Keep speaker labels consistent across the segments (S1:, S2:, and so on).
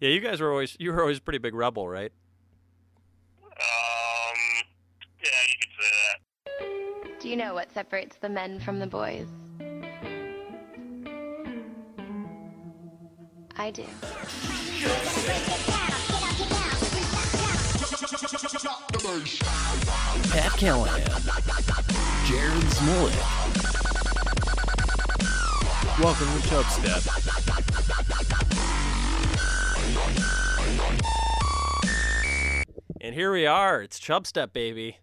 S1: Yeah, you guys were always you were always a pretty big rebel, right?
S2: Um, yeah, you could say that.
S3: Do you know what separates the men from the boys? I do.
S4: Pat Callahan, Jared Smollett. Welcome to Chub Step.
S1: And here we are. It's Chubstep, baby.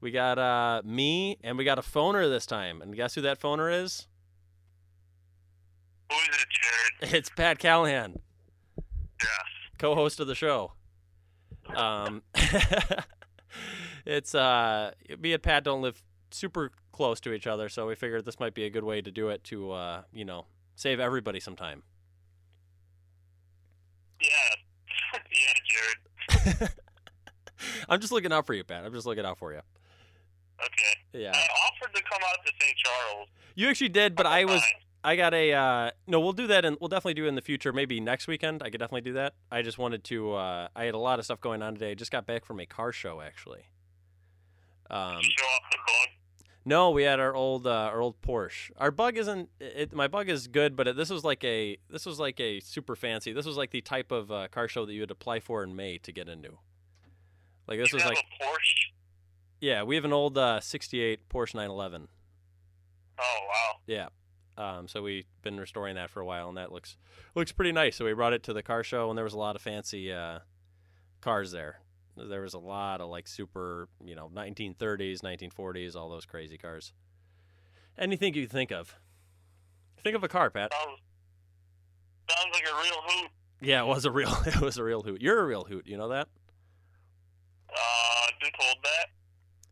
S1: We got uh me and we got a phoner this time. And guess who that phoner is?
S2: Who is it, Jared?
S1: It's Pat Callahan,
S2: Yeah.
S1: co-host of the show. Um It's uh me and Pat don't live super close to each other, so we figured this might be a good way to do it to uh, you know, save everybody some time.
S2: Yeah. yeah, Jared.
S1: I'm just looking out for you, Pat. I'm just looking out for you.
S2: Okay.
S1: Yeah.
S2: I offered to come out to St. Charles.
S1: You actually did, but I was
S2: Fine.
S1: I got a uh, no. We'll do that, and we'll definitely do it in the future. Maybe next weekend. I could definitely do that. I just wanted to. Uh, I had a lot of stuff going on today. I just got back from a car show, actually. Um,
S2: Show off the bug.
S1: no, we had our old uh, our old Porsche. Our bug isn't. It, my bug is good, but it, this was like a this was like a super fancy. This was like the type of uh, car show that you had to apply for in May to get into. Like this
S2: you
S1: was
S2: have
S1: like
S2: a Porsche?
S1: yeah, we have an old uh, '68 Porsche 911.
S2: Oh, wow.
S1: Yeah. Um, so we've been restoring that for a while, and that looks looks pretty nice. So we brought it to the car show, and there was a lot of fancy uh, cars there. There was a lot of like super, you know, 1930s, 1940s, all those crazy cars. Anything you think of. Think of a car, Pat.
S2: Sounds, sounds like a real hoot.
S1: Yeah, it was a real, it was a real hoot. You're a real hoot. You know that?
S2: Uh, been told that.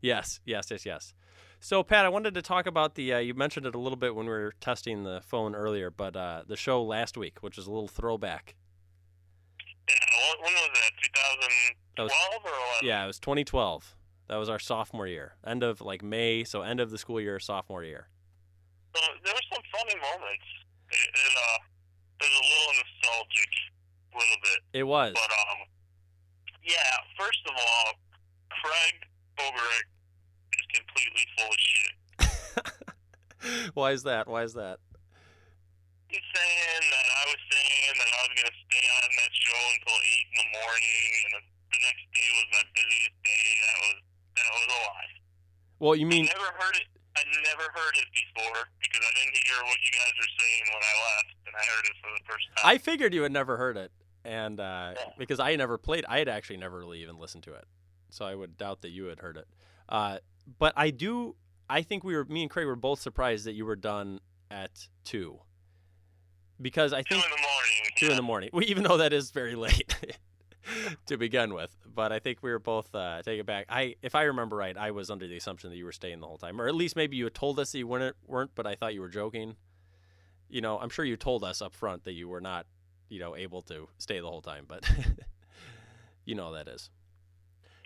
S1: Yes, yes, yes, yes. So, Pat, I wanted to talk about the. Uh, you mentioned it a little bit when we were testing the phone earlier, but uh, the show last week, which is a little throwback.
S2: Yeah, what, when was that? 2012
S1: That was-
S2: or 11?
S1: Yeah, it was 2012. That was our sophomore year, end of like May, so end of the school year, sophomore year.
S2: So there were some funny moments. It, it, uh, it was a little nostalgic, a little bit.
S1: It was.
S2: But um, yeah. First of all, Craig Boberick is completely full of shit.
S1: Why is that? Why is that?
S2: He's saying that I was saying that I was gonna stay on that show until eight in the morning, and the, the next day was my busiest day. That was that was a lie.
S1: Well, you
S2: I
S1: mean,
S2: never heard it. I never heard it before because I didn't hear what you guys were saying when I left, and I heard it for the first time.
S1: I figured you had never heard it, and uh, because I never played, I had actually never really even listened to it, so I would doubt that you had heard it. Uh, but I do. I think we were, me and Craig were both surprised that you were done at two, because I
S2: two
S1: think
S2: in the morning.
S1: two in the morning. Well, even though that is very late to begin with, but I think we were both uh, taken back. I, if I remember right, I was under the assumption that you were staying the whole time, or at least maybe you had told us that you weren't, weren't but I thought you were joking. You know, I'm sure you told us up front that you were not, you know, able to stay the whole time, but you know how that is.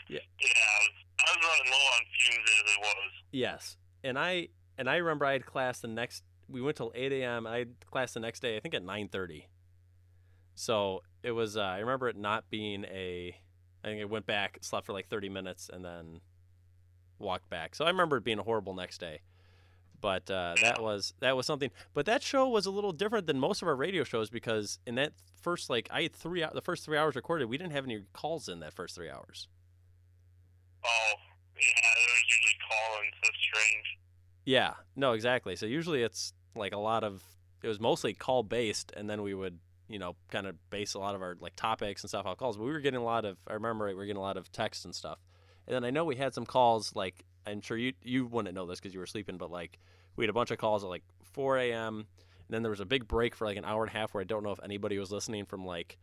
S2: Yeah, I was, I was running low on fumes as it was.
S1: Yes, and I and I remember I had class the next. We went till eight a.m. and I had class the next day. I think at nine thirty. So it was. Uh, I remember it not being a. I think I went back, slept for like thirty minutes, and then walked back. So I remember it being a horrible next day. But uh, that was that was something. But that show was a little different than most of our radio shows because in that first like I had three hou- the first three hours recorded. We didn't have any calls in that first three hours.
S2: Oh, yeah, there was usually calling. So strange.
S1: Yeah, no, exactly. So usually it's like a lot of it was mostly call based, and then we would you know kind of base a lot of our like topics and stuff on calls. But we were getting a lot of I remember it, we were getting a lot of text and stuff. And then I know we had some calls like I'm sure you you wouldn't know this because you were sleeping, but like we had a bunch of calls at like 4 a.m. and then there was a big break for like an hour and a half where I don't know if anybody was listening from like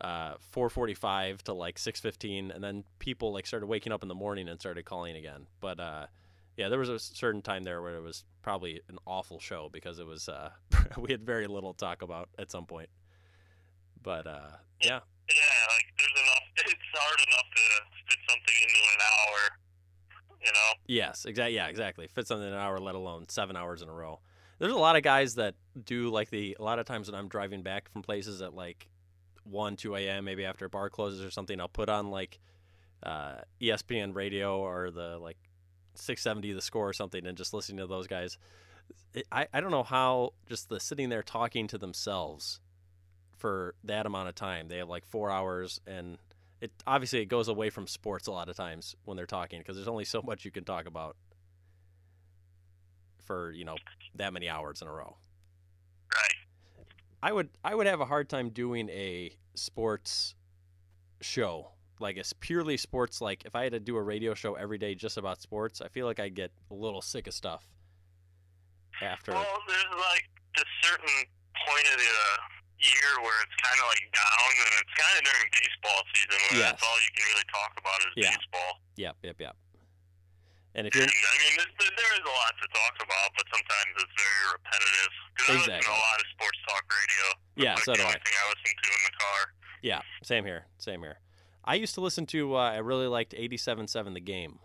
S1: uh 4:45 to like 6:15 and then people like started waking up in the morning and started calling again. But uh yeah, there was a certain time there where it was probably an awful show because it was uh, we had very little to talk about at some point. But uh, yeah,
S2: Yeah, like there's enough. It's hard enough to fit something into an hour. You know.
S1: yes, exactly. Yeah, exactly. Fits something in an hour, let alone seven hours in a row. There's a lot of guys that do like the a lot of times when I'm driving back from places at like one, two a.m. Maybe after a bar closes or something, I'll put on like uh, ESPN radio or the like 670 the score or something, and just listening to those guys. It, I I don't know how just the sitting there talking to themselves for that amount of time. They have like four hours and. It obviously it goes away from sports a lot of times when they're talking because there's only so much you can talk about for you know that many hours in a row.
S2: Right.
S1: I would I would have a hard time doing a sports show like it's purely sports. Like if I had to do a radio show every day just about sports, I feel like I'd get a little sick of stuff after.
S2: Well, there's like this certain point of the year where it's kind of like down, and it's kind of during baseball season where
S1: Yes.
S2: that's all you can really talk about is
S1: Yeah.
S2: baseball.
S1: Yep, yep, yep. And if
S2: And,
S1: you're
S2: I mean, there's, there there is a lot to talk about, but sometimes it's very repetitive. 'Cause I listen to
S1: Exactly.
S2: a lot of sports talk radio. That's
S1: Yeah,
S2: like
S1: so
S2: the
S1: do
S2: only
S1: I.
S2: thing I listen to in the car.
S1: yeah, same here, same here. I used to listen to uh, I really liked 87.7 The Game.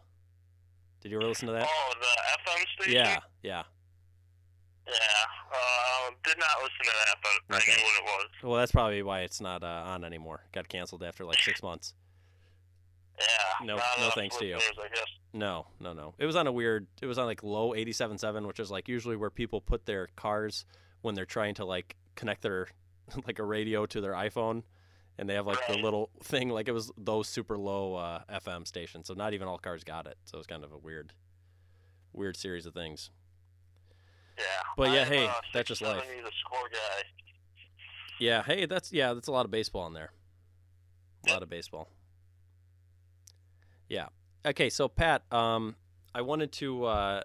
S1: Did you ever listen to that?
S2: Oh, the FM station.
S1: yeah, yeah.
S2: Yeah. Uh, did not listen to that, but I
S1: Okay.
S2: knew what it was.
S1: Well, that's probably why it's not uh, on anymore. Got canceled after like six months.
S2: Yeah.
S1: No-
S2: not
S1: no
S2: enough
S1: thanks to you.
S2: listeners, I guess.
S1: No, no, no. It was on a weird. It was on like low 87.7, which is like usually where people put their cars when they're trying to like connect their like a radio to their iPhone, and they have like the
S2: Right.
S1: little thing. Like it was those super low uh, FM stations, so not even all cars got it. So it was kind of a weird, weird series of things.
S2: Yeah.
S1: But yeah,
S2: I'm,
S1: hey,
S2: uh,
S1: that's just life.
S2: 670 The score guy.
S1: Yeah. Hey, that's yeah, that's a lot of baseball in there. A lot of baseball. Yeah. Okay, so Pat, um, I wanted to uh,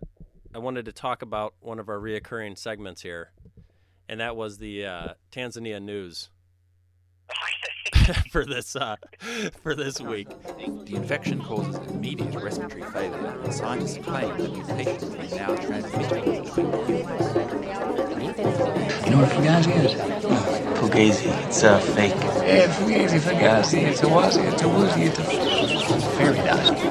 S1: I wanted to talk about one of our reoccurring segments here, and that was the uh, Tanzania news for this uh, for this week.
S5: The infection causes immediate respiratory failure, and scientists claim that mutations are now transmitted.
S6: You know what fugazi is?
S7: Fugazi. It's a fake.
S6: Yeah, fugazi, fugazi. It's a wazi, it's a woozy, it's a fairy dust.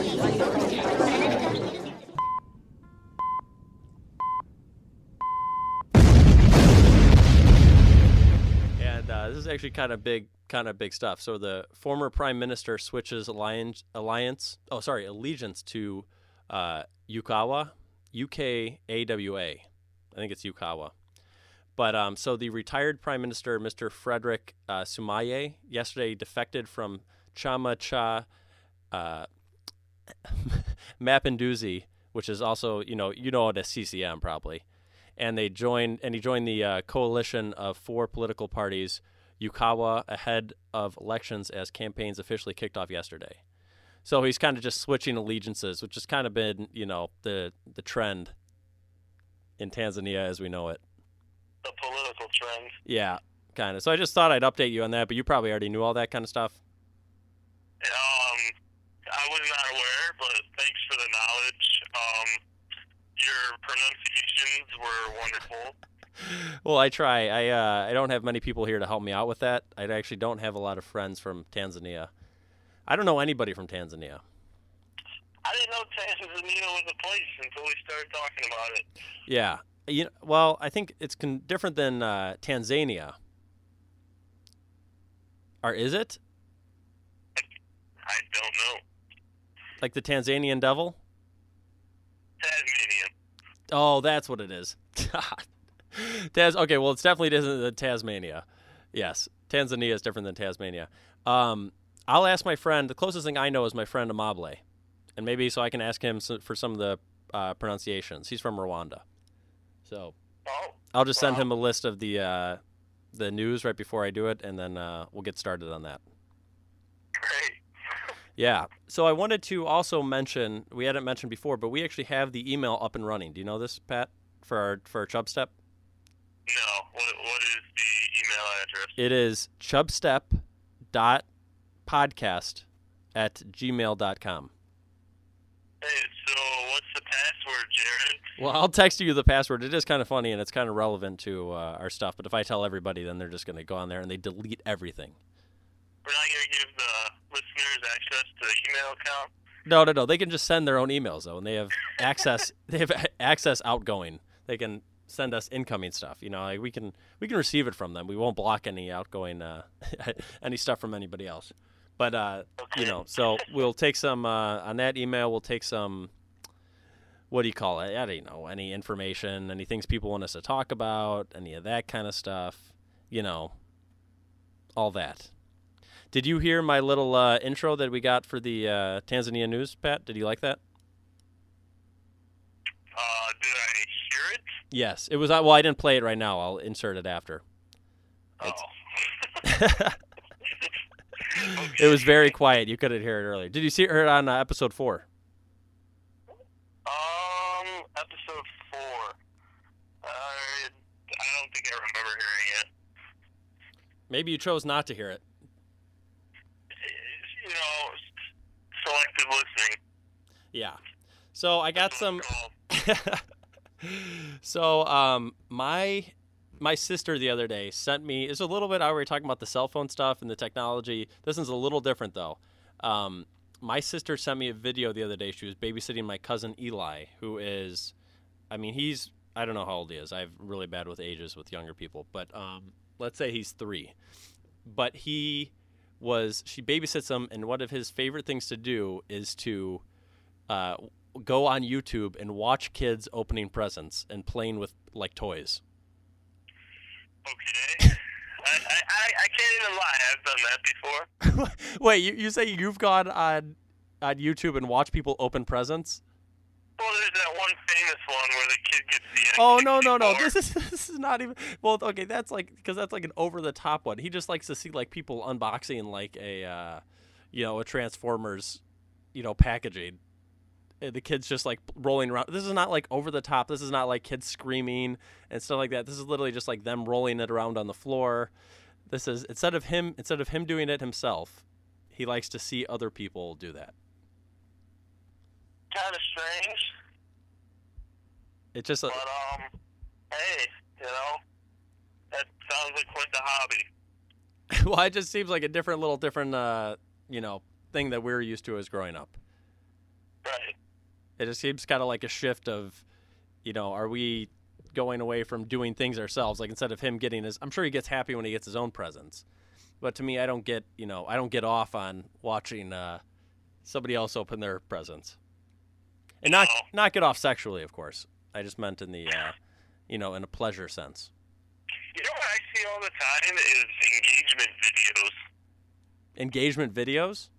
S1: And uh, this is actually kind of big, kind of big stuff. So the former prime minister switches alliance, alliance. Oh, sorry, allegiance to uh, Yukawa, UKAWA. I think it's Yukawa. But um, so the retired prime minister, Mr. Frederick uh, Sumaye, yesterday defected from Chama Cha uh, Mapinduzi, which is also, you know, you know it as CCM probably and they joined and he joined the uh, coalition of four political parties Yukawa ahead of elections as campaigns officially kicked off yesterday. So he's kind of just switching allegiances, which has kind of been, you know, the the trend in Tanzania as we know it.
S2: The political trend.
S1: Yeah, kind of. So I just thought I'd update you on that, but you probably already knew all that kind of stuff.
S2: Um, I was not aware, but thanks for the knowledge. Um, your pronunciations were wonderful.
S1: Well, I try. I uh, I don't have many people here to help me out with that. I actually don't have a lot of friends from Tanzania. I don't know anybody from Tanzania.
S2: I didn't know Tanzania was a place until we started talking about it.
S1: Yeah. You know, well, I think it's con- different than uh, Tanzania. Or is it?
S2: I don't know.
S1: Like the Tanzanian devil?
S2: Tasmanian.
S1: Oh, that's what it is. Tas okay, well it's definitely isn't the Tasmania. Yes. Tanzania is different than Tasmania. Um, I'll ask my friend the closest thing I know is my friend Amable. And maybe so I can ask him so- for some of the uh, pronunciations. He's from Rwanda. So
S2: Oh,
S1: I'll just send
S2: Wow.
S1: him a list of the uh, the news right before I do it, and then uh, we'll get started on that.
S2: great.
S1: Yeah. So I wanted to also mention we hadn't mentioned before, but we actually have the email up and running. Do you know this, Pat? For our for our Chubstep,
S2: No, what, what is the email address?
S1: it is chubstep dot podcast at gmail.com.
S2: Hey, so what's the password, Jared?
S1: Well, I'll text you the password. It is kind of funny and it's kind of relevant to uh, our stuff. But if I tell everybody, then they're just going to go on there and they delete everything.
S2: We're not going to give the listeners access to the email account.
S1: No, no, no. They can just send their own emails though, and they have access. they have access outgoing. They can send us incoming stuff. You know, like we can we can receive it from them. We won't block any outgoing uh, any stuff from anybody else. But uh, you know, so we'll take some uh, on that email. We'll take some. What do you call it? I don't know. Any information, any things people want us to talk about, any of that kind of stuff. You know, all that. Did you hear my little uh, intro that we got for the uh, Tanzania news, Pat? Did you like that?
S2: Uh, did I hear it?
S1: Yes, it was. uh, Well, I didn't play it right now. I'll insert it after.
S2: Oh.
S1: It was very quiet. You couldn't hear it earlier. Did you see hear it on uh, episode four?
S2: Um, episode four. Uh, I don't think I remember hearing it.
S1: Maybe you chose not to hear it.
S2: It's, You know, s- selective listening.
S1: Yeah. So I got some.
S2: Cool.
S1: so um, my my sister the other day sent me. It's a little bit. I were talking about the cell phone stuff and the technology. This one's a little different though. Um, my sister sent me a video the other day. She was babysitting my cousin Eli, who is, I mean, he's I don't know how old he is. I'm really bad with ages with younger people, but um, let's say he's three. But he was she babysits him, and one of his favorite things to do is to uh, go on YouTube and watch kids opening presents and playing with like toys.
S2: Okay. I, I, I, I can't even lie. I've done that before.
S1: Wait, you, you say you've gone on on YouTube and watched people open presents?
S2: Well, there's that one famous one where the kid gets the.
S1: Oh no no no!
S2: N64.
S1: This is this is not even well. Okay, that's like because that's like an over the top one. He just likes to see like people unboxing like a uh, you know a Transformers you know packaging. And the kids just like rolling around. This is not like over the top. This is not like kids screaming and stuff like that. This is literally just like them rolling it around on the floor. This is instead of him instead of him doing it himself, he likes to see other people do that.
S2: Kind of strange,
S1: It's just a,
S2: but um, hey, you know, that sounds like quite the hobby.
S1: well, it just seems like a different little different uh, you know thing that we are used to as growing up.
S2: Right.
S1: It just seems kind of like a shift of, you know, are we going away from doing things ourselves? Like instead of him getting his, I'm sure he gets happy when he gets his own presents, but to me, I don't get, you know, I don't get off on watching uh, somebody else open their presents, and not
S2: No.
S1: not get off sexually, of course. I just meant in the, uh, you know, in a pleasure sense.
S2: You know what I see all the time is engagement videos.
S1: Engagement videos,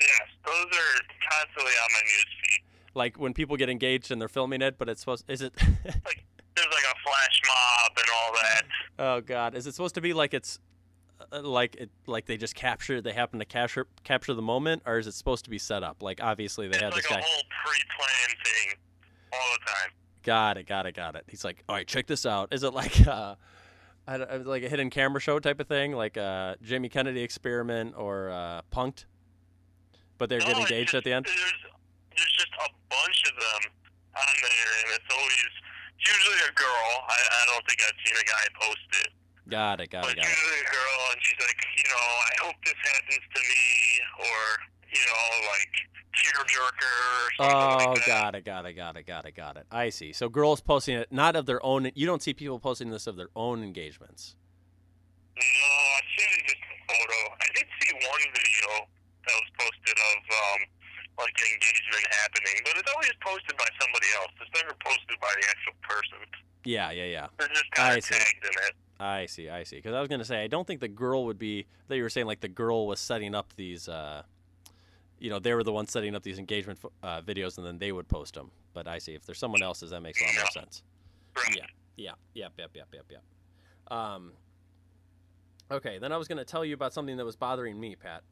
S2: Yes, those are constantly on my news feed.
S1: like when people get engaged and they're filming it, but it's supposed is it.
S2: Like there's like a flash mob and all that.
S1: Oh God, is it supposed to be like it's uh, like it like they just capture they happen to capture capture the moment, or is it supposed to be set up? Like obviously they had
S2: it's
S1: this
S2: like a
S1: guy.
S2: whole pre-planned thing all the time.
S1: Got it, got it, got it. He's like, all right, check this out. Is it like uh, I don't- uh, like a hidden camera show type of thing, like uh, Jamie Kennedy experiment or uh, Punked? But they're
S2: No,
S1: getting
S2: it's
S1: engaged at
S2: just-
S1: the end.
S2: There's, there's just a bunch of them on there, and it's always it's usually a girl. I, I don't think I've seen a guy post it,
S1: Got it, got
S2: but
S1: it, got it.
S2: usually a girl, and she's like, you know, I hope this happens to me, or you know, like tearjerker or something
S1: Oh,
S2: like that.
S1: got it, got it, got it, got it, got it. I see. So girls posting it not of their own. You don't see people posting this of their own engagements.
S2: No, I seen it just a photo. I did see one video that was posted of um, like an engagement happening, but it's always posted by somebody else. It's never posted by the actual person.
S1: Yeah, yeah, yeah.
S2: They're just kind
S1: I
S2: of
S1: see.
S2: tagged in it.
S1: I see, I see. Because I was gonna say, I don't think the girl would be. That you were saying, like the girl was setting up these. Uh, you know, they were the ones setting up these engagement pho- uh, videos, and then they would post them. But I see. If there's someone else's, that makes a lot more sense.
S2: Right.
S1: Yeah. Yeah. Yep. Yep. Yep. Yep. Yep. Um. Okay. Then I was gonna tell you about something that was bothering me, Pat.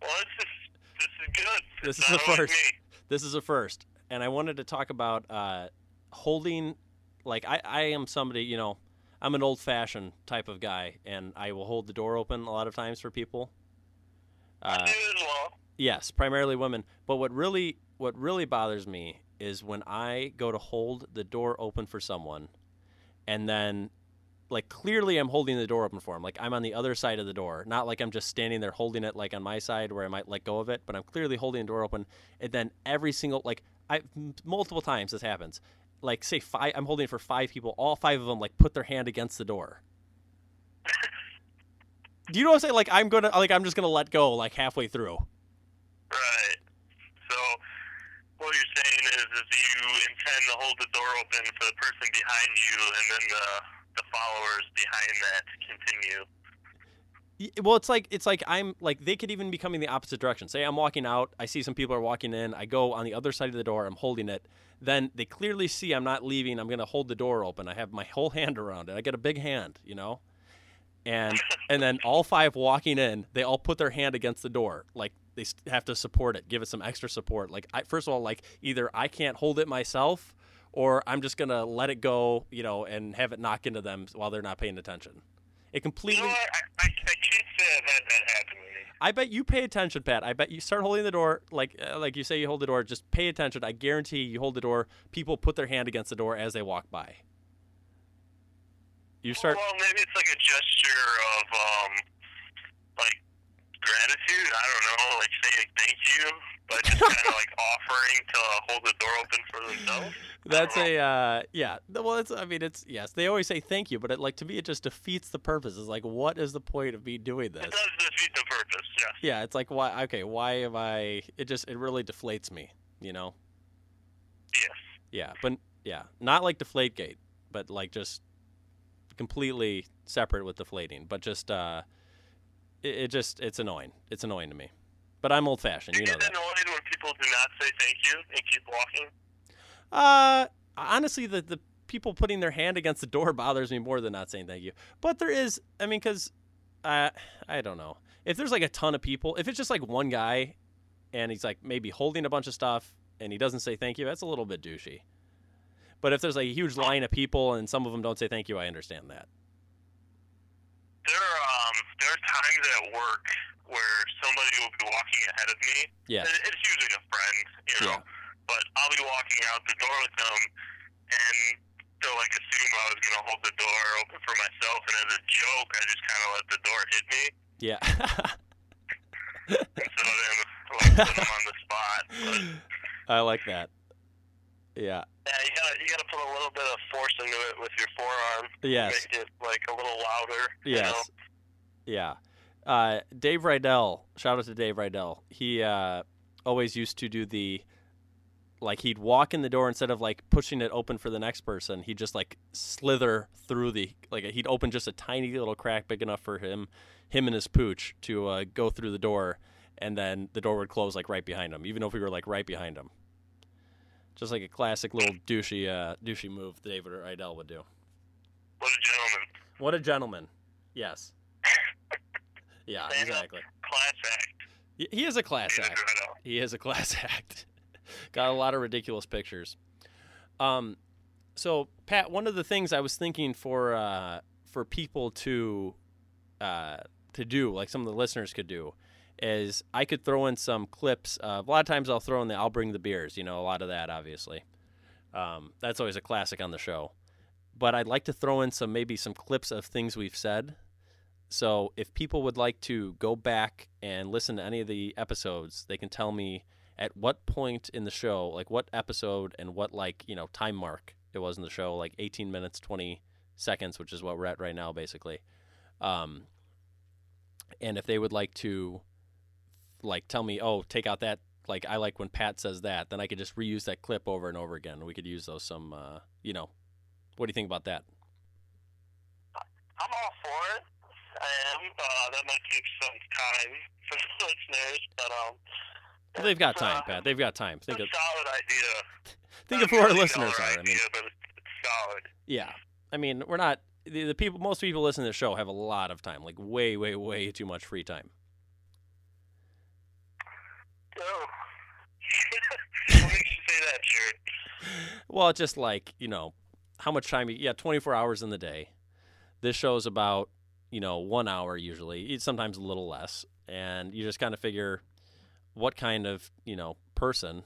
S2: Well, this is this is good.
S1: This
S2: It's
S1: is
S2: not
S1: the
S2: always
S1: first.
S2: Me.
S1: This is a first, and I wanted to talk about uh, holding. Like I, I am somebody, you know, I'm an old-fashioned type of guy, and I will hold the door open a lot of times for people.
S2: I
S1: Uh,
S2: do as well.
S1: yes, primarily women. But what really, what really bothers me is when I go to hold the door open for someone, and then, like, clearly I'm holding the door open for them. Like I'm on the other side of the door, not like I'm just standing there holding it like on my side where I might let go of it. But I'm clearly holding the door open, and then every single like I m- multiple times this happens. like say five. I'm holding it for five people. All five of them like put their hand against the door. Do you know what I'm saying? Like I'm gonna like I'm just gonna let go like halfway through.
S2: Right. So what you're saying is, is you intend to hold the door open for the person behind you, and then the the followers behind that to continue.
S1: Y- well it's like it's like i'm like they could even be coming the opposite direction say i'm walking out i see some people are walking in i go on the other side of the door i'm holding it then they clearly see i'm not leaving i'm going to hold the door open i have my whole hand around it i got a big hand you know and and then all five walking in they all put their hand against the door like they s- have to support it give it some extra support like I, first of all like either i can't hold it myself or i'm just going to let it go you know and have it knock into them while they're not paying attention it
S2: You
S1: completely
S2: know what? I, I, I can't say I've had that happen to me.
S1: I bet you pay attention, Pat. I bet you start holding the door like uh, like you say you hold the door. Just pay attention. I guarantee you hold the door. People put their hand against the door as they walk by. You start.
S2: Well, maybe it's like a gesture of um, like gratitude. I don't know, like saying thank you, but just kind of like offering to hold the door open for themselves.
S1: That's a uh, yeah. Well, it's I mean it's yes. They always say thank you, but it, like to me it just defeats the purpose. It's like what is the point of me doing
S2: It
S1: this?
S2: does defeat the purpose. Yes.
S1: Yeah, it's like why? Okay, why am I? It just it really deflates me. You know.
S2: Yes.
S1: Yeah, but yeah, not like Deflategate, but like just completely separate with deflating. But just uh, it, it just it's annoying. It's annoying to me. But I'm old fashioned,
S2: Do
S1: you
S2: you
S1: know
S2: get
S1: that.
S2: annoyed when people do not say thank you and keep walking?
S1: Uh, honestly, the the people putting their hand against the door bothers me more than not saying thank you. But there is, I mean, because I I don't know if there's like a ton of people. If it's just like one guy, and he's like maybe holding a bunch of stuff, and he doesn't say thank you, that's a little bit douchey. But if there's like a huge line of people and some of them don't say thank you, I understand that.
S2: There are um, there are times at work where somebody will be walking ahead of me.
S1: Yeah.
S2: And It's usually a friend, you know. But I'll be walking out the door with them, and they'll like assume I was gonna hold the door open for myself, and as a joke, I just kind of let the door hit me,
S1: Yeah.
S2: and so then like put them on the spot. But,
S1: I like that. Yeah.
S2: yeah, you gotta you gotta put a little bit of force into it with your forearm.
S1: Yes.
S2: Make it like a little louder. You know?
S1: Yes. Yeah. Uh, Dave Rydell, shout out to Dave Rydell. He uh, always used to do the, like, he'd walk in the door instead of, like, pushing it open for the next person. He'd just, like, slither through the, like, he'd open just a tiny little crack big enough for him, him and his pooch to uh, go through the door. And then the door would close, like, right behind him, even if we were, like, right behind him. Just like a classic little douchey, uh, douchey move David Rydell would do.
S2: What a gentleman.
S1: What a gentleman. Yes. Yeah,
S2: Stand up.
S1: exactly.
S2: Class act.
S1: He- He is a class
S2: David
S1: act.
S2: Riddell.
S1: He is a class act. Got a lot of ridiculous pictures. Um, so Pat, one of the things I was thinking for uh, for people to uh, to do, like some of the listeners could do, is I could throw in some clips. Of, a lot of times I'll throw in the I'll bring the beers. You know, a lot of that, obviously. Um, that's always a classic on the show. But I'd like to throw in some maybe some clips of things we've said. So if people would like to go back and listen to any of the episodes, they can tell me at what point in the show, like what episode and what like, you know, time mark it was in the show, like 18 minutes 20 seconds, which is what we're at right now basically. Um and if they would like to like tell me, "Oh, take out that like I like when Pat says that," then I could just reuse that clip over and over again. We could use those some uh, you know. What do you think about that?
S2: I'm all for it. I am. Uh, that might take some time for the listeners, but um,
S1: They've got
S2: it's, uh,
S1: time, Pat. They've got time.
S2: It's
S1: Think
S2: a
S1: of
S2: solid idea.
S1: think of
S2: Not a
S1: who our
S2: million
S1: listeners
S2: dollar
S1: are. I mean,
S2: idea, but it's, it's solid.
S1: yeah. I mean, we're not the, the people. Most people listening to the show have a lot of time, like way, way, way too much free time.
S2: Oh. what makes you say that, Jared?
S1: Well, it's just like you know, how much time? You, yeah, twenty four hours in the day. This show's about you know one hour usually, it's sometimes a little less, and you just kind of figure what kind of you know person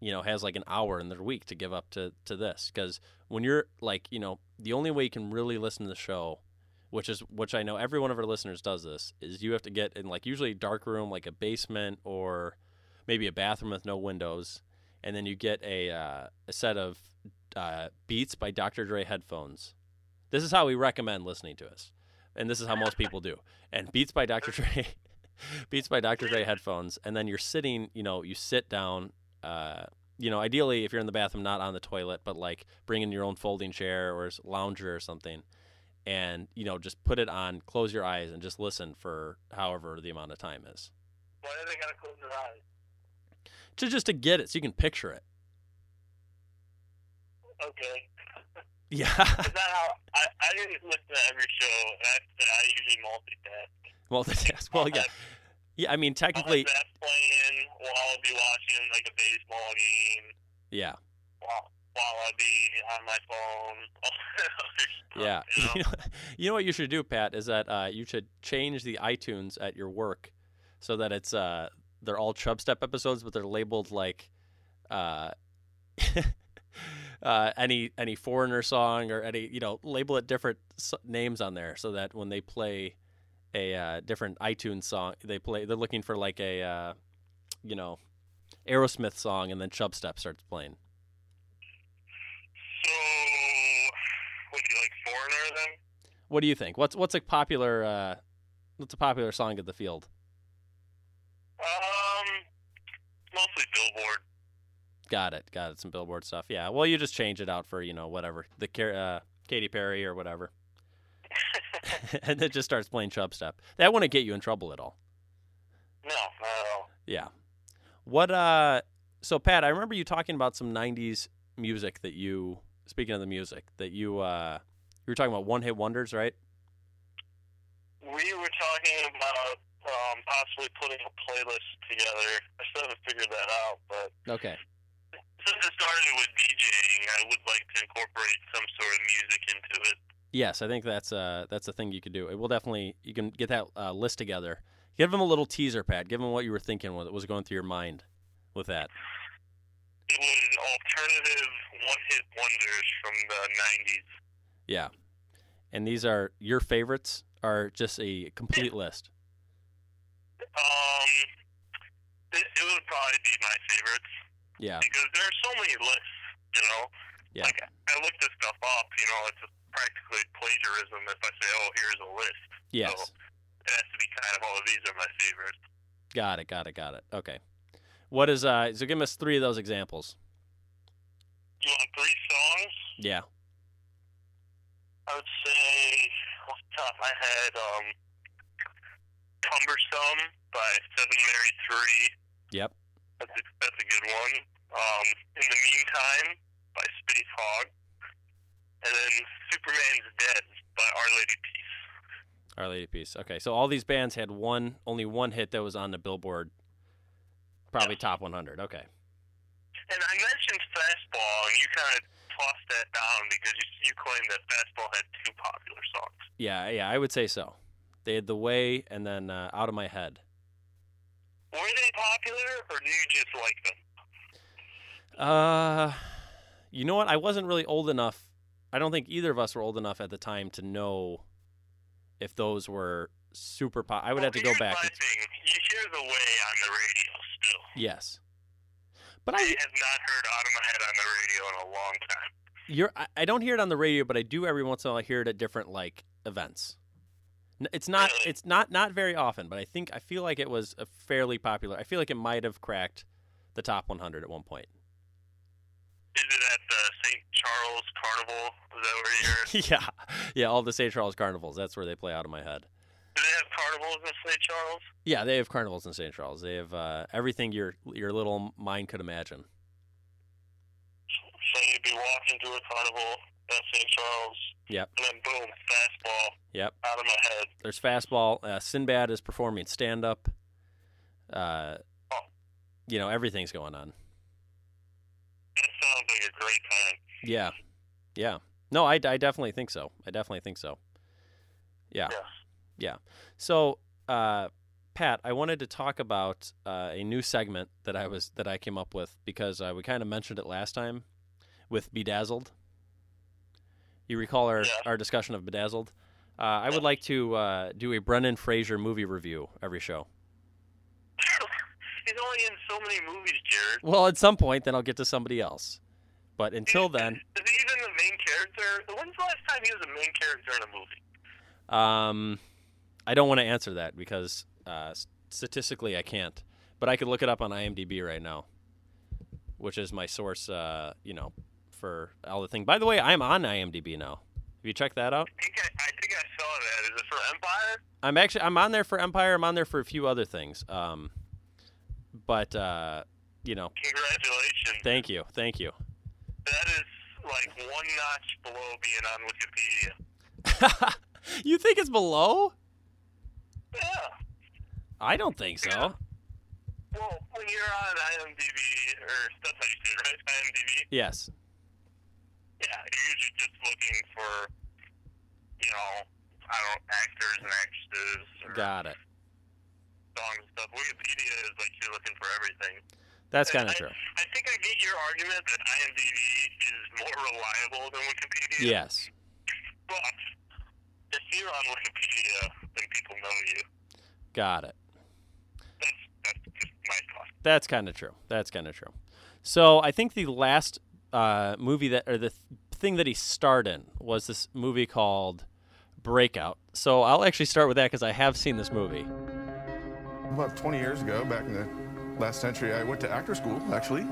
S1: you know has like an hour in their week to give up to to this because when you're like you know the only way you can really listen to the show which is which i know every one of our listeners does this is you have to get in like usually a dark room like a basement or maybe a bathroom with no windows and then you get a uh, a set of uh, Beats by Dr. Dre headphones. This is how we recommend listening to us, and this is how most people do. And Beats by Dr. Dre, Beats by Dr. Dre headphones, and then you're sitting. You know, you sit down. Uh, you know, ideally, if you're in the bathroom, not on the toilet, but like bring in your own folding chair or s- lounger or something, and you know, just put it on, close your eyes, and just listen for however the amount of time is.
S2: Why do they gotta close their eyes?
S1: To just to get it, so you can picture it.
S2: Okay.
S1: Yeah.
S2: Is that how I, I didn't listen to every show? and I, I usually multitask.
S1: Multitask. Well, yeah. Yeah, I mean,
S2: I'll
S1: technically,
S2: have that playing while I'll be watching like a baseball game,
S1: yeah,
S2: while while I'll be on my phone. all that
S1: yeah.
S2: other stuff,
S1: You know,
S2: You know?
S1: you know what you should do, Pat, is that uh, you should change the iTunes at your work so that it's uh, they're all Chub Step episodes, but they're labeled like uh, uh, any any foreigner song or any you know label it different s- names on there so that when they play a uh, different iTunes song, they play they're looking for like a uh, you know Aerosmith song, and then Chub Step starts playing.
S2: So, would you like Foreigner then?
S1: What do you think? What's what's a popular uh, what's a popular song at the field?
S2: Um, mostly Billboard.
S1: Got it. Got it. Some billboard stuff. Yeah. Well, you just change it out for you know whatever the Car- uh, Katy Perry or whatever, and it just starts playing Chub Step. That wouldn't get you in trouble at all.
S2: No, not at all.
S1: Yeah. What? Uh. So Pat, I remember you talking about some '90s music that you. Speaking of the music, that you uh, you were talking about one hit wonders, right?
S2: We were talking about um, possibly putting a playlist together. I still haven't figured that out, but
S1: Okay.
S2: since it started with DJing, I would like to incorporate some sort of music into it.
S1: Yes, I think that's uh that's a thing you could do. It will definitely you can get that uh, list together. Give them a little teaser, Pat. Give them what you were thinking, what was going through your mind with that.
S2: It was alternative one-hit wonders from the '90s.
S1: Yeah. And these are your favorites are just a complete list.
S2: Um, it, it would probably be my favorites
S1: Yeah.
S2: because there are so many lists. You know,
S1: Yeah.
S2: like I looked this stuff up. You know, it's practically plagiarism if I say, "Oh, here's a list."
S1: Yes.
S2: It has to be kind of all of these are my favorites.
S1: Got it. Got it. Got it. Okay. What is uh so give us 3 of those examples.
S2: You want three songs?
S1: Yeah.
S2: I would say off the top of my head, um, "Cumbersome" by Seven Mary Three.
S1: Yep.
S2: That's a, that's a good one. Um, in the meantime, by Space Hog, and then Superman's Dead by Our Lady Peace.
S1: Our Lady Peace. Okay. So all these bands had one only one hit that was on the Billboard probably top 100. Okay.
S2: And I mentioned fastball, and you kind of tossed that down because you, you claimed that fastball had two popular songs.
S1: Yeah, yeah, I would say so. They had the way and then uh, out of my head.
S2: Were they popular, or do you just like them?
S1: Uh, you know what? I wasn't really old enough. I don't think either of us were old enough at the time to know if those were super pop. I would have to go
S2: Here's
S1: back.
S2: My
S1: and-
S2: thing. You hear the way on the radio still.
S1: Yes, but
S2: I
S1: I
S2: have not heard out of my head on the radio in a long time.
S1: you're I, I don't hear it on the radio, but I do every once in a while hear it at different like events. N- It's not
S2: Really?
S1: it's not not very often, but I think I feel like it was a fairly popular. I feel like it might have cracked the top 100 at one point.
S2: Is it at the St. Charles Carnival? Is that where you're?
S1: yeah, yeah, all the St. Charles carnivals. That's where they play out of my head.
S2: Do they have carnivals in St. Charles?
S1: Yeah, they have carnivals in St. Charles. They have uh, everything your your little mind could imagine.
S2: So you'd be walking through a carnival at St. Charles,
S1: Yep,
S2: and then boom, fastball
S1: yep.
S2: out of my head.
S1: There's fastball. Uh, Sinbad is performing stand up. Uh, you know everything's going on.
S2: That sounds like a great time.
S1: Yeah, yeah. No, I, I definitely think so. I definitely think so. Yeah,
S2: Yeah.
S1: yeah. So, uh, Pat, I wanted to talk about uh, a new segment that I was that I came up with because uh, we kind of mentioned it last time with Bedazzled. You recall our,
S2: Yeah.
S1: our discussion of Bedazzled? Uh, I would like to uh, do a Brendan Fraser movie review every show.
S2: He's only in so many movies, Jared.
S1: Well, at some point, then I'll get to somebody else. But until then,
S2: Is he even the main character? When's the last time he was a main character in a movie?
S1: um, I don't want to answer that because uh, s- statistically I can't. But I could look it up on IMDb right now, which is my source. Uh, you know, for all the thing. By the way, I'm on IMDb now. Have you checked that out?
S2: I think I, I think I saw that. Is it for Empire?
S1: I'm actually I'm on there for Empire. I'm on there for a few other things. Um, but uh, you know,
S2: Congratulations.
S1: thank you, thank you.
S2: That is like one notch below being on Wikipedia.
S1: you think it's below?
S2: Yeah.
S1: I don't think so.
S2: Well, when you're on IMDb, or that's how you say it, right? IMDb.
S1: Yes.
S2: Yeah, you're usually just looking for, you know, I don't actors and actresses or
S1: Got it.
S2: songs and stuff. Wikipedia is like you're looking for everything.
S1: That's
S2: And
S1: kind of
S2: I-
S1: true.
S2: I think I get your argument that IMDb is more reliable than Wikipedia.
S1: Yes.
S2: But if you're on Wikipedia, then people know you.
S1: Got it.
S2: That's that's just my thought.
S1: That's kind of true. That's kind of true. So I think the last uh, movie that, or the th- thing that he starred in, was this movie called Breakout. So I'll actually start with that because I have seen this movie.
S8: About 20 years ago, back in the last century, I went to actor school, actually.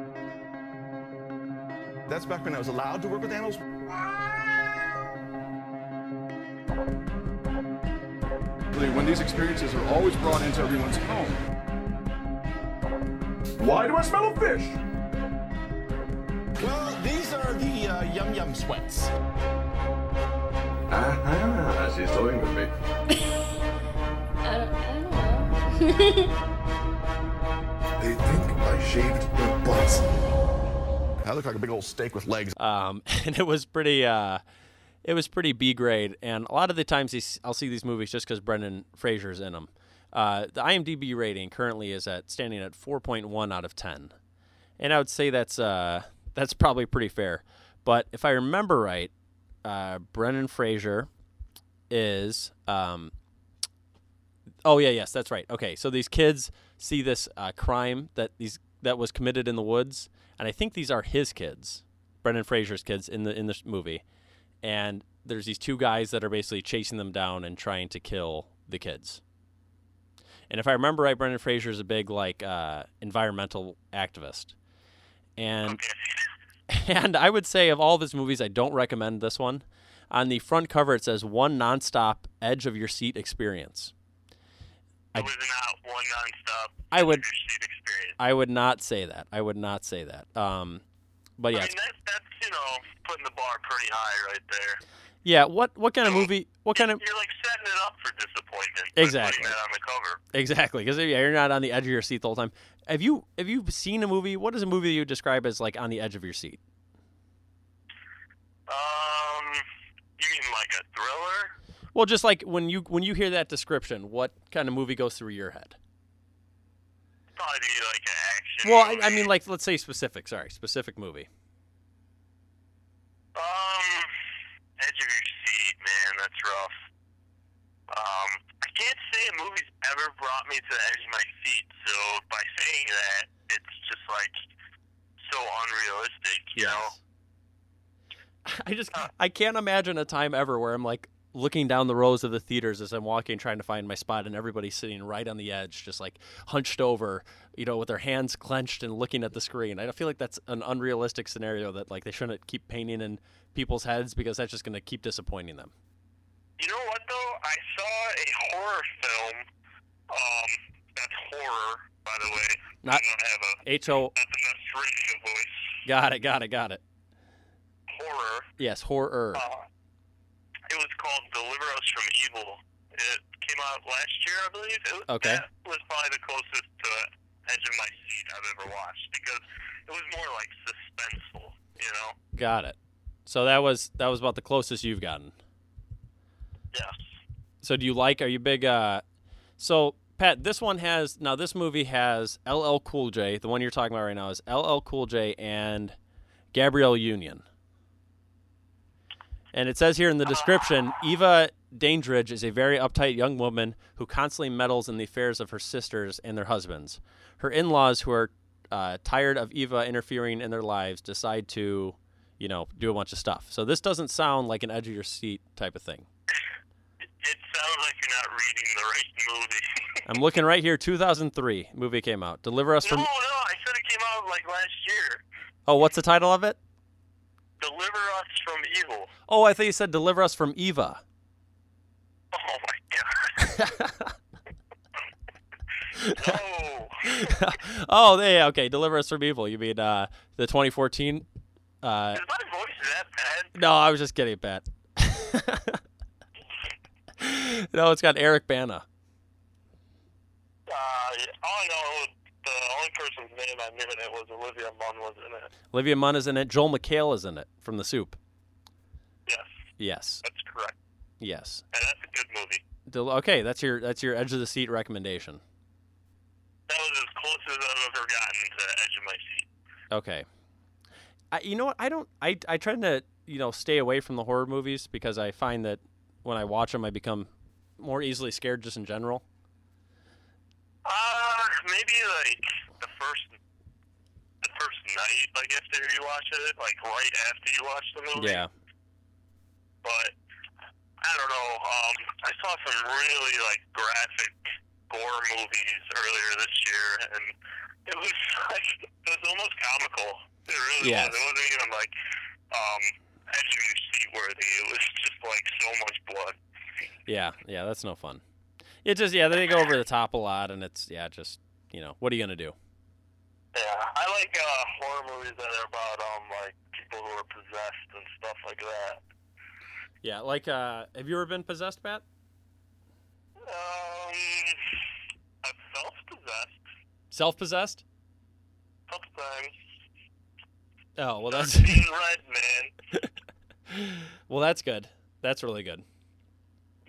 S8: That's back when I was allowed to work with animals. Really, When these experiences are always brought into everyone's home. Why do I smell a fish? Well, these are the uh, yum yum sweats.
S6: Aha, she's toying with me.
S9: I don't, I don't know.
S8: They think I shaved their butts. I look like a big old steak with legs.
S1: um, and it was pretty uh, it was pretty B grade. And a lot of the times these, I'll see these movies just because Brendan Fraser's in them. Uh, the IMDb rating currently is at standing at 4.1 out of 10, and I would say that's uh, that's probably pretty fair. But if I remember right, uh, Brendan Fraser is um, oh yeah yes that's right okay so these kids see this uh, crime that these that was committed in the woods and i think these are his kids brendan fraser's kids in the in this movie and there's these two guys that are basically chasing them down and trying to kill the kids and if i remember right brendan fraser is a big like uh, environmental activist and
S2: Okay.
S1: and I would say of all of his movies, I don't recommend this one. On the front cover, it says one nonstop edge of your seat experience. I-
S2: It was not one nonstop.
S1: I would-
S2: Seat experience.
S1: I would not say that. I would not say that. Um, but yeah,
S2: I mean, that, that's you know putting the bar pretty high right there.
S1: yeah. What what kind of movie? What kind of
S2: You're like setting it up for disappointment. by
S1: Exactly.
S2: Putting that on the cover.
S1: exactly? Because yeah, you're not on the edge of your seat the whole time. Have you have you seen a movie? What is a movie that you would describe as like on the edge of your seat?
S2: Um, you mean like a thriller?
S1: Well, just like when you when you hear that description, what kind of movie goes through your head?
S2: Probably be like an action.
S1: Well, I, I
S2: movie.
S1: mean, like let's say specific. Sorry, specific movie.
S2: Um, Edge of Your Seat, man, that's rough. Um, I can't say a movie's ever brought me to the edge of my seat, so by saying that, it's just like so unrealistic, you know?
S1: I just I can't imagine a time ever where I'm like looking down the rows of the theaters as I'm walking trying to find my spot and everybody's sitting right on the edge just like hunched over, you know, with their hands clenched and looking at the screen. I feel like that's an unrealistic scenario that like they shouldn't keep painting in people's heads because that's just going to keep disappointing them.
S2: You know what though? I saw a horror film. Um, that's horror, by the way.
S1: Not-
S2: I don't have a.
S1: H O
S2: That's enough radio voice.
S1: got it, got it, got it.
S2: Horror.
S1: Yes, horror.
S2: Uh, it was called Deliver Us from Evil. It came out last year, I believe. It,
S1: Okay.
S2: That was probably the closest to Edge of My Seat I've ever watched because it was more like suspenseful, you know?
S1: Got it. So that was that was about the closest you've gotten.
S2: Yes.
S1: So do you like? Are you big? Uh, so Pat, this one has now. This movie has LL Cool J. The one you're talking about right now is LL Cool J and Gabrielle Union. And it says here in the description, Eva Dandridge is a very uptight young woman who constantly meddles in the affairs of her sisters and their husbands. Her in-laws, who are uh, tired of Eva interfering in their lives, decide to you know, do a bunch of stuff. So this doesn't sound like an edge of your seat type of thing.
S2: It sounds like you're not reading the right movie.
S1: I'm looking right here, 2003 movie came out. Deliver Us
S2: no,
S1: from.
S2: no, I said it came out like last year.
S1: Oh, what's the title of it?
S2: Deliver us from evil.
S1: Oh, I thought you said Deliver Us from Eva.
S2: Oh my god. no.
S1: oh, yeah, okay. Deliver Us from Evil. You mean uh, the 2014? Uh,
S2: Is my voice that bad?
S1: no, I was just kidding, Pat. no, it's got Eric Bana.
S2: Uh, all I know is the only person's name I knew in it was Olivia Munn was in it.
S1: Olivia Munn is in it. Joel McHale is in it from The Soup.
S2: Yes,
S1: Yes,
S2: that's correct.
S1: yes.
S2: And that's a good movie.
S1: Del- okay, that's your that's your edge of the seat recommendation.
S2: That was as close as I've ever gotten to the edge of my seat.
S1: Okay. I, you know what? I don't. I I tend to you know stay away from the horror movies because I find that when I watch them, I become more easily scared just in general.
S2: Uh, maybe like the first, the first night, like after you watch it, like right after you watch the movie.
S1: Yeah.
S2: But I don't know. Um, I saw some really like graphic gore movies earlier this year, and it was like it was almost comical. It really
S1: Yes.
S2: was. It wasn't even like um, edge of your seat worthy. It was just like so much blood.
S1: Yeah. Yeah. That's no fun. It just yeah they go over the top a lot and it's yeah just you know what are you gonna do?
S2: Yeah, I like uh, horror movies that are about um like people who are possessed and stuff like that.
S1: Yeah. Like uh, have you ever been possessed, Pat?
S2: Um, I felt possessed
S1: Self possessed?
S2: a couple times.
S1: Oh well that's
S2: Being red, man.
S1: well that's good. That's really good.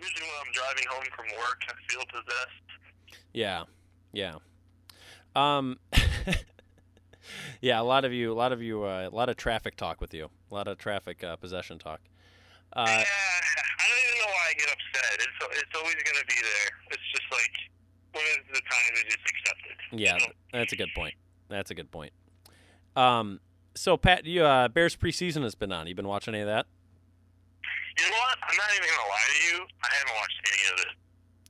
S2: Usually when I'm driving home from work, I feel possessed.
S1: Yeah, yeah. Um, yeah. A lot of you, a lot of you, uh, a lot of traffic talk with you. A lot of traffic uh, possession talk. Uh,
S2: yeah, I don't even know why I get upset. It's it's always gonna be there. It's just like when is the time to just accept it?
S1: yeah, that's a good point. That's a good point. Um, so Pat, you uh, Bears preseason has been on. You been watching any of that?
S2: You know what? I'm not even gonna lie to you. I haven't watched any of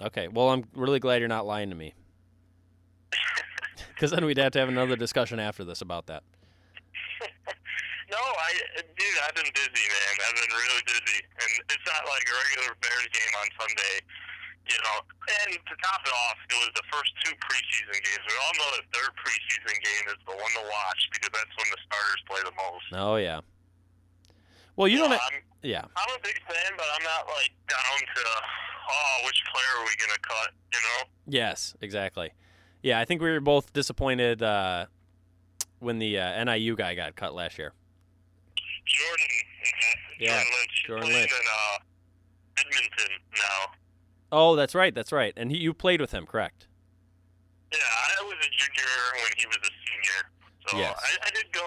S2: it.
S1: Okay. Well, I'm really glad you're not lying to me. Because then we'd have to have another discussion after this about that.
S2: No, I dude, I've been busy, man. I've been really busy, and it's not like a regular Bears game on Sunday. You know, and to top it off, it was the first two preseason games. We all know the third preseason game is the one to watch because that's when the starters play the most.
S1: Oh yeah. Well, you don't.
S2: know,
S1: ha-
S2: I'm,
S1: yeah.
S2: I'm a big fan, but I'm not like down to oh, which player are we gonna cut? You know?
S1: Yes, exactly. Yeah, I think we were both disappointed uh, when the uh, NIU guy got cut last year.
S2: Jordan,
S1: Yeah,
S2: Jordan Lynch,
S1: Jordan
S2: playing
S1: Lynch.
S2: in uh, Edmonton now.
S1: Oh, that's right, that's right. And he, you played with him, correct?
S2: Yeah, I was a junior when he was a senior, so
S1: Yes.
S2: I, I did go.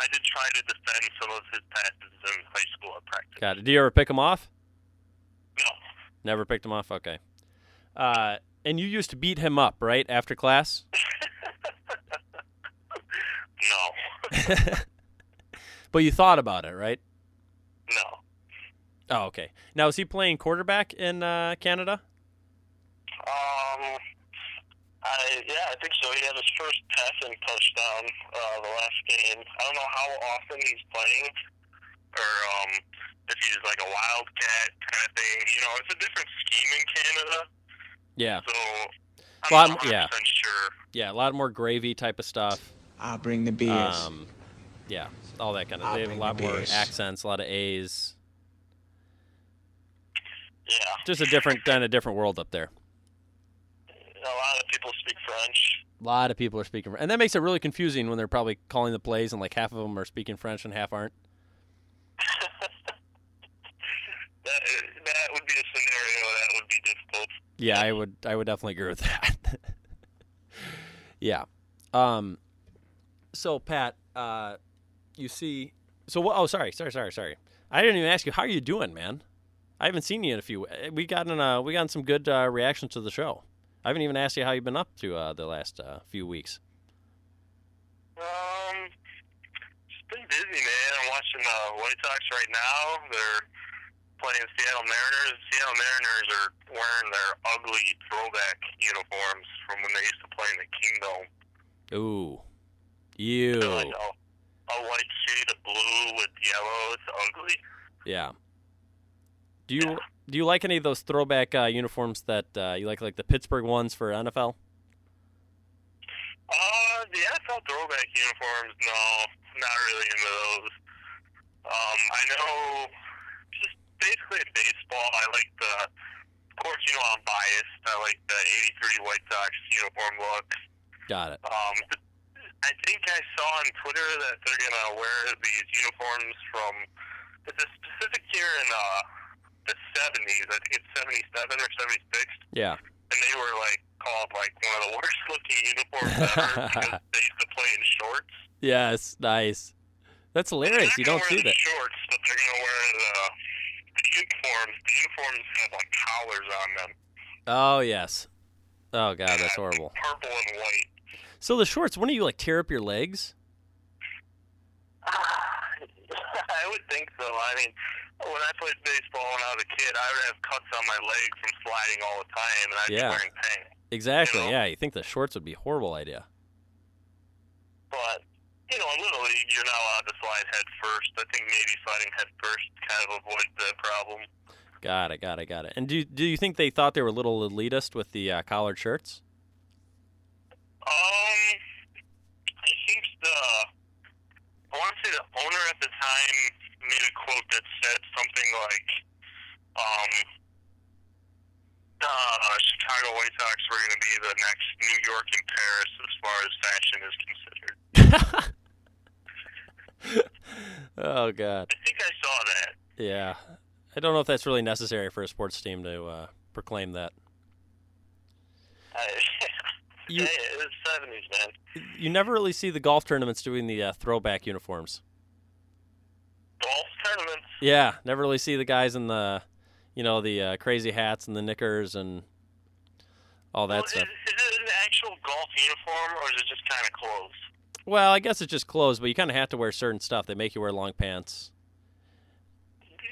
S2: I did try to defend some of his passes in high school at practice.
S1: Got it. Do you ever pick him off?
S2: No,
S1: Never picked him off. Okay. Uh, and you used to beat him up, right, after class?
S2: no,
S1: But you thought about it, right?
S2: no.
S1: Oh, okay. Now is he playing quarterback in uh, Canada?
S2: Um, I yeah, I think so. He had his first passing touchdown uh, the last game. I don't know how often he's playing, or um, if he's like a wildcat kind of thing. You know, it's a different scheme in Canada,
S1: Yeah,
S2: so I'm
S1: Well,
S2: not
S1: I'm-
S2: 100
S1: yeah.
S2: sure.
S1: yeah. A lot more gravy type of stuff.
S6: I'll bring the beers.
S1: Um, yeah, all that kind of.
S6: I'll
S1: They have a
S6: bring
S1: lot
S6: the
S1: more
S6: beers.
S1: accents, a lot of A's.
S2: Yeah,
S1: Just a different kind of different world up there.
S2: a lot of people speak French.
S1: A lot of people are speaking, and that makes it really confusing when they're probably calling the plays and like half of them are speaking French and half aren't.
S2: That that would be a scenario that would be difficult.
S1: Yeah, I would, I would definitely agree with that. yeah. Um. So Pat, uh, you see, so what? Oh, sorry, sorry, sorry, sorry. I didn't even ask you how are you doing, man. I haven't seen you in a few. We gotten uh, we gotten some good uh, reactions to the show. I haven't even asked you how you've been up to uh, the last uh, few weeks.
S2: Um, it's been busy, man. I'm watching the White Sox right now. They're playing Seattle Mariners. Seattle Mariners are wearing their ugly throwback uniforms from when they used to play in the Kingdom.
S1: Ooh. Ew.
S2: Like a, a white shade of blue with yellow. It's ugly.
S1: Yeah. Do you do you like any of those throwback uh, uniforms that uh, you like, like the Pittsburgh ones for NFL?
S2: Uh, the NFL throwback uniforms, no, not really into those. Um, I know, just basically in baseball, I like the, of course, you know, I'm biased. I like the 83 White Sox uniform look.
S1: Got it.
S2: Um, I think I saw on Twitter that they're going to wear these uniforms from, it's a specific year in uh, the 70s. I think it's 77 or 76
S1: Yeah.
S2: and they were like called like one of the worst looking uniforms ever because they used to play in shorts.
S1: Yes. Nice. That's hilarious. You
S2: They're not
S1: don't
S2: gonna
S1: see that.
S2: wear the Shorts, but they're gonna wear the, the uniforms. The uniforms have like collars on them.
S1: Oh yes. Oh god, that's
S2: Uh,
S1: horrible.
S2: Purple and white.
S1: So the shorts. When do you like tear up your legs?
S2: I would think so. I mean, when I played baseball when I was a kid, I would have cuts on my leg from sliding all the time, and I'd
S1: Yeah.
S2: be wearing pants.
S1: Exactly.
S2: You know.
S1: Yeah. You think the shorts would be a horrible idea?
S2: But you know, in little league, you're not allowed to slide head first. I think maybe sliding head first kind of avoids that problem.
S1: Got it. Got it. Got it. And do do you think they thought they were a little elitist with the uh, collared shirts?
S2: Um, I think the I want to say the owner at the time made a quote that said something like, um, the Chicago White Sox were going to be the next New York and Paris as far as fashion is considered.
S1: Oh god.
S2: I think I saw that.
S1: Yeah. I don't know if that's really necessary for a sports team to uh, proclaim that.
S2: I,
S1: You-
S2: Hey, it was seventies, man.
S1: You never really see the golf tournaments doing the uh, throwback uniforms.
S2: Golf tournaments.
S1: Yeah, never really see the guys in the, you know, the uh, crazy hats and the knickers and all that
S2: well,
S1: stuff.
S2: is, is it an actual golf uniform or is it just kind of clothes?
S1: Well, I guess it's just clothes, but you kind of have to wear certain stuff. They make you wear long pants.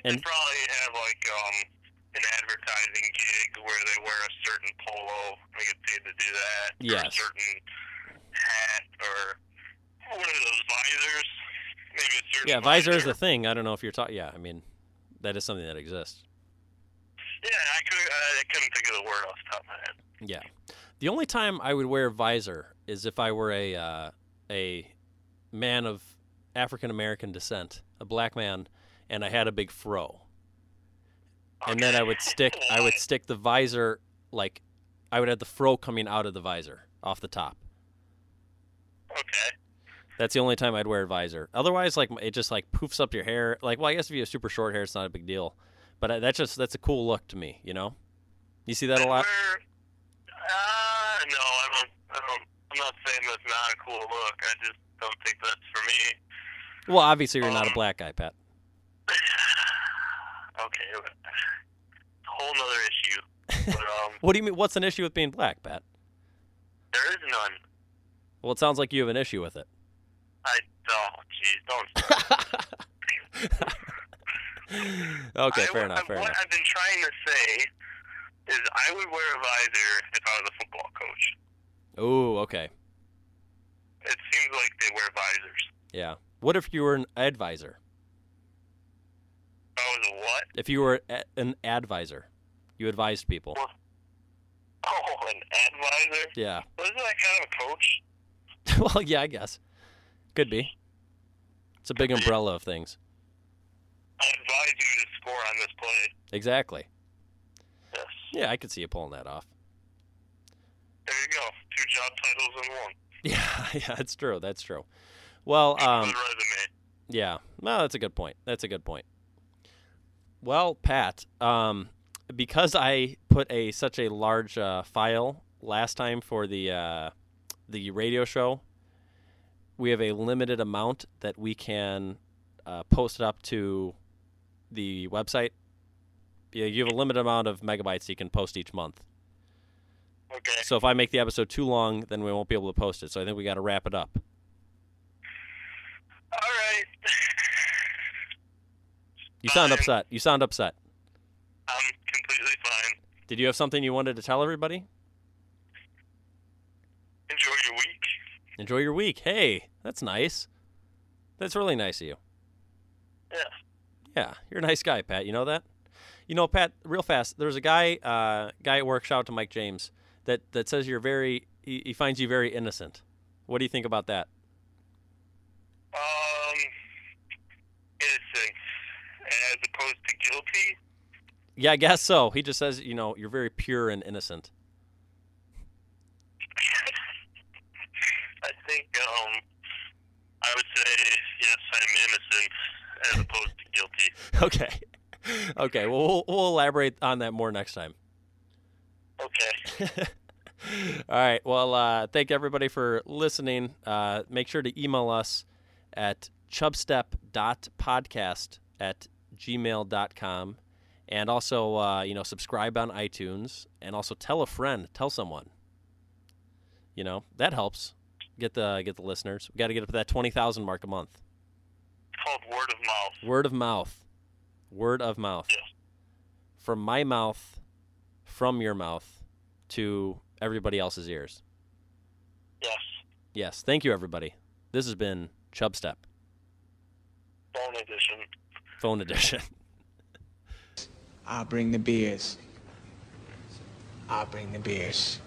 S2: They
S1: And-
S2: probably have like um an advertising gig where they wear a certain polo. They get paid to do that. Or a
S1: Yes.
S2: certain hat or what are those visors? Maybe a certain
S1: Yeah, visor is
S2: visor.
S1: a thing. I don't know if you're talking. Yeah, I mean, that is something that exists.
S2: Yeah, I could. I couldn't think of the word off the top of my head.
S1: Yeah. The only time I would wear a visor is if I were a uh, a man of African American descent, a black man, and I had a big fro. And then I would stick I would stick the visor like I would have the fro coming out of the visor off the top.
S2: Okay.
S1: That's the only time I'd wear a visor. Otherwise, like it just like poofs up your hair. Like, well, I guess if you have super short hair, it's not a big deal. But I, that's just that's a cool look to me, you know. You see that a lot.
S2: Where, uh, no, I don't. I don't. I'm not saying that's not a cool look. I just don't think that's for me.
S1: Well, obviously you're not a black guy, Pat.
S2: Okay, but whole nother issue. But um,
S1: What do you mean? What's an issue with being black, Pat?
S2: there is none.
S1: Well, it sounds like you have an issue with it.
S2: I oh jeez, don't.
S1: Okay,
S2: I,
S1: fair
S2: would-
S1: enough. Fair
S2: what
S1: enough.
S2: I've been trying to say is I would wear a visor if I was a football coach.
S1: Ooh, okay.
S2: It seems like they wear visors.
S1: Yeah. What if you were an advisor?
S2: If I was a what?
S1: If you were a- an advisor, you advised people.
S2: Oh, an advisor.
S1: Yeah.
S2: Wasn't that kind of a coach?
S1: well, yeah, I guess. Could be. It's a big umbrella of things.
S2: I advise you to score on this play.
S1: Exactly.
S2: Yes.
S1: Yeah, I could see you pulling that off.
S2: There you go. Two job titles in one.
S1: Yeah, yeah, that's true. That's true. Well, um,
S2: Good resume.
S1: yeah. No, that's a good point. That's a good point. Well, Pat, um, because I put a such a large uh, file last time for the uh, the radio show, we have a limited amount that we can uh, post it up to the website. Yeah, you have a limited amount of megabytes you can post each month.
S2: Okay.
S1: So if I make the episode too long, then we won't be able to post it. So I think we got to wrap it up.
S2: All right.
S1: You sound
S2: Fine.
S1: upset. You sound upset.
S2: I'm completely fine.
S1: Did you have something you wanted to tell everybody?
S2: Enjoy your week.
S1: Enjoy your week. Hey, that's nice. That's really nice of you.
S2: Yeah.
S1: Yeah, you're a nice guy, Pat. You know that? You know, Pat, real fast, there's a guy uh, guy at work, shout out to Mike James, that, that says you're very, he, he finds you very innocent. What do you think about that?
S2: Um, innocent as opposed to guilty.
S1: Yeah, I guess so. He just says, you know, you're very pure and innocent.
S2: I think um, I would say yes, I'm innocent as opposed to guilty.
S1: Okay. okay, well, we'll, we'll elaborate on that more next time.
S2: Okay.
S1: All right. Well, uh, thank everybody for listening. Uh, make sure to email us at chubstep.podcast at gmail.com. And also, uh, you know, subscribe on iTunes and also tell a friend, tell someone. You know, that helps. Get the get the listeners. We got to get up to that 20,000 mark a month.
S2: It's called word of mouth.
S1: Word of mouth. Word of mouth.
S2: Yeah.
S1: From my mouth, from your mouth to everybody else's ears.
S2: Yes.
S1: Yes. Thank you, everybody. This has been Chubstep,
S2: Bone edition.
S1: phone edition.
S6: I'll bring the beers. I'll bring the beers.